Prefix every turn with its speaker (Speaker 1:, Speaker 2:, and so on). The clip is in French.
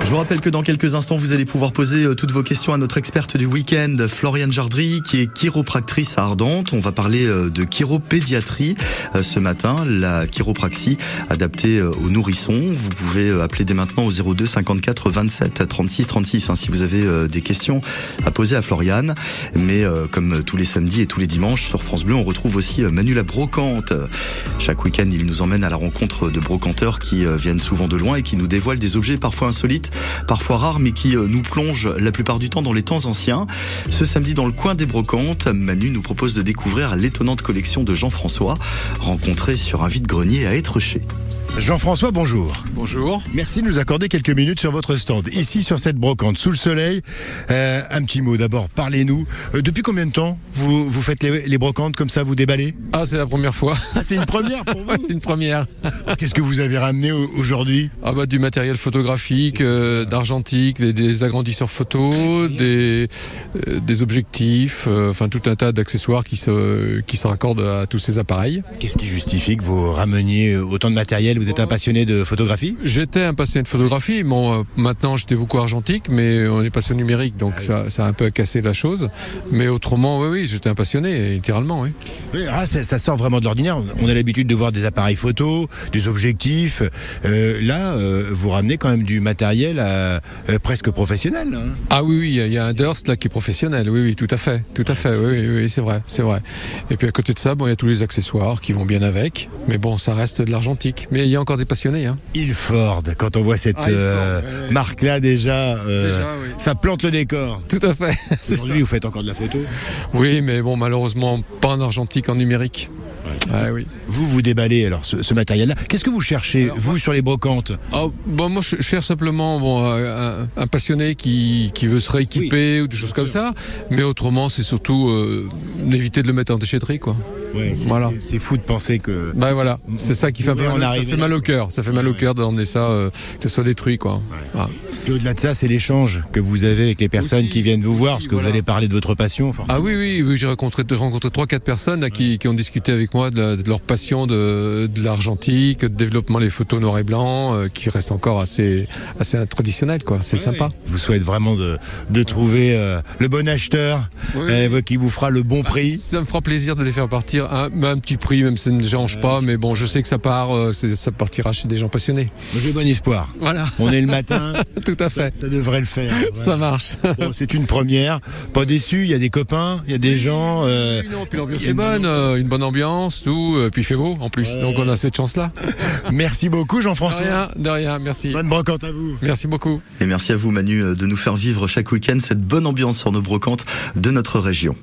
Speaker 1: Je vous rappelle que dans quelques instants, vous allez pouvoir poser euh, toutes vos questions à notre experte du week-end, Floriane Jardry, qui est chiropractrice à Ardente. On va parler euh, de chiropédiatrie euh, ce matin, la chiropraxie adaptée euh, aux nourrissons. Vous pouvez euh, appeler dès maintenant au 02 54 27 36 36 hein, si vous avez euh, des questions à poser à Floriane. Mais euh, comme euh, tous les samedis et tous les dimanches sur France Bleu, on retrouve aussi euh, Manu la brocante. Chaque week-end, il nous emmène à la rencontre de brocanteurs qui euh, viennent souvent de loin et qui nous dévoilent des objets parfois insolites, parfois rares, mais qui euh, nous plongent la plupart du temps dans les temps anciens. Ce samedi, dans le coin des brocantes, Manu nous propose de découvrir l'étonnante collection de Jean-François, rencontré sur un vide-grenier à Étrechez.
Speaker 2: Jean-François, bonjour.
Speaker 3: Bonjour.
Speaker 2: Merci de nous accorder quelques minutes sur votre stand, ici sur cette brocante sous le soleil. Euh, un petit mot d'abord, parlez-nous. Euh, depuis combien de temps vous, vous faites les, les brocantes comme ça, vous déballez
Speaker 3: Ah, c'est la première fois.
Speaker 2: Ah, C'est une première pour
Speaker 3: Ouais, c'est une première.
Speaker 2: vous. Qu'est-ce que vous avez ramené au- aujourd'hui
Speaker 3: Ah bah du matériel photographique, euh, d'argentique, des, des agrandisseurs photo, des, euh, des objectifs, euh, enfin tout un tas d'accessoires qui se, qui se raccordent à tous ces appareils.
Speaker 2: Qu'est-ce qui justifie que vous rameniez euh, autant de matériel Vous êtes un passionné de photographie
Speaker 3: J'étais un passionné de photographie, bon euh, maintenant j'étais beaucoup argentique, mais on est passé au numérique, donc ça, ça a un peu cassé la chose. Mais autrement, oui, oui, j'étais un passionné, littéralement, oui.
Speaker 2: Oui, ah, ça, ça sort vraiment de l'ordinaire. On a l'habitude de voir des appareils photos, des objectifs. Euh, là, euh, vous ramenez quand même du matériel euh, euh, presque professionnel. hein.
Speaker 3: Ah oui, oui, il y a un Durst là qui est professionnel, oui, oui, tout à fait, tout à fait, oui, oui, oui, c'est vrai, c'est vrai. Et puis à côté de ça, bon, il y a tous les accessoires qui vont bien avec, mais bon, ça reste de l'argentique. Mais il y a encore des passionnés, hein.
Speaker 2: Ilford, quand on voit cette
Speaker 3: Ah, Ilford,
Speaker 2: euh,
Speaker 3: ouais, ouais.
Speaker 2: marque-là déjà, euh,
Speaker 3: oui.
Speaker 2: ça plante le décor.
Speaker 3: Tout à fait, c'est ça.
Speaker 2: Aujourd'hui, vous faites encore de la photo.
Speaker 3: Oui, mais bon, malheureusement, pas en argentique, en numérique. Ah oui.
Speaker 2: Vous vous déballez alors ce, ce matériel-là. Qu'est-ce que vous cherchez,
Speaker 3: Alors,
Speaker 2: vous, sur les brocantes
Speaker 3: Ah, bon, moi, je je cherche simplement bon, euh, un, un passionné qui, qui veut se rééquiper ou des choses comme ça. Mais autrement, c'est surtout euh, d'éviter de le mettre en déchetterie, quoi.
Speaker 2: c'est,
Speaker 3: Voilà.
Speaker 2: c'est- c'est fou de penser que.
Speaker 3: Ben voilà, c'est ça qui fait,
Speaker 2: Ouais, on
Speaker 3: mal, ça
Speaker 2: arrive
Speaker 3: fait
Speaker 2: là,
Speaker 3: mal au
Speaker 2: quoi.
Speaker 3: cœur. Ça fait mal au
Speaker 2: Ouais.
Speaker 3: cœur d'emmener ça, euh, que ça soit détruit, quoi. Ah.
Speaker 2: Et au-delà de ça, c'est l'échange que vous avez avec les personnes
Speaker 3: Aussi,
Speaker 2: qui viennent vous voir, parce que vous
Speaker 3: voilà.
Speaker 2: allez parler de votre passion, forcément.
Speaker 3: Ah oui, oui, oui, j'ai rencontré, rencontré trois, quatre personnes là, qui, qui ont discuté avec moi de, la- de leur passion de, de l'argentique, de développement des photos noir et blanc, euh, qui reste encore assez, assez traditionnel, quoi. C'est sympa.
Speaker 2: Je vous souhaite vraiment de, de trouver euh, le bon acheteur
Speaker 3: Oui. Bah,
Speaker 2: euh, qui vous fera le bon prix.
Speaker 3: Ça me fera plaisir de les faire partir à un, à un petit prix, même si ça ne me dérange pas, mais bon, je sais que ça part, euh, c'est- ça partira chez des gens passionnés.
Speaker 2: J'ai bon espoir.
Speaker 3: Voilà,
Speaker 2: On est le matin,
Speaker 3: tout à fait.
Speaker 2: ça devrait le faire.
Speaker 3: Ça marche.
Speaker 2: Bon, c'est une première. Pas déçu, il y a des copains, il y a des gens. euh,
Speaker 3: Oui, non, puis l'ambiance
Speaker 2: il y a
Speaker 3: est
Speaker 2: une bonne
Speaker 3: bonne, euh, une bonne ambiance, tout, euh, puis il fait beau en plus, donc on a cette chance-là.
Speaker 2: Merci beaucoup,
Speaker 3: De
Speaker 2: Jean-François.
Speaker 3: rien, de rien, merci.
Speaker 2: Bonne brocante à vous.
Speaker 3: Merci beaucoup.
Speaker 1: Et merci à vous Manu euh, de nous faire vivre chaque week-end cette bonne ambiance sur nos brocantes de notre région.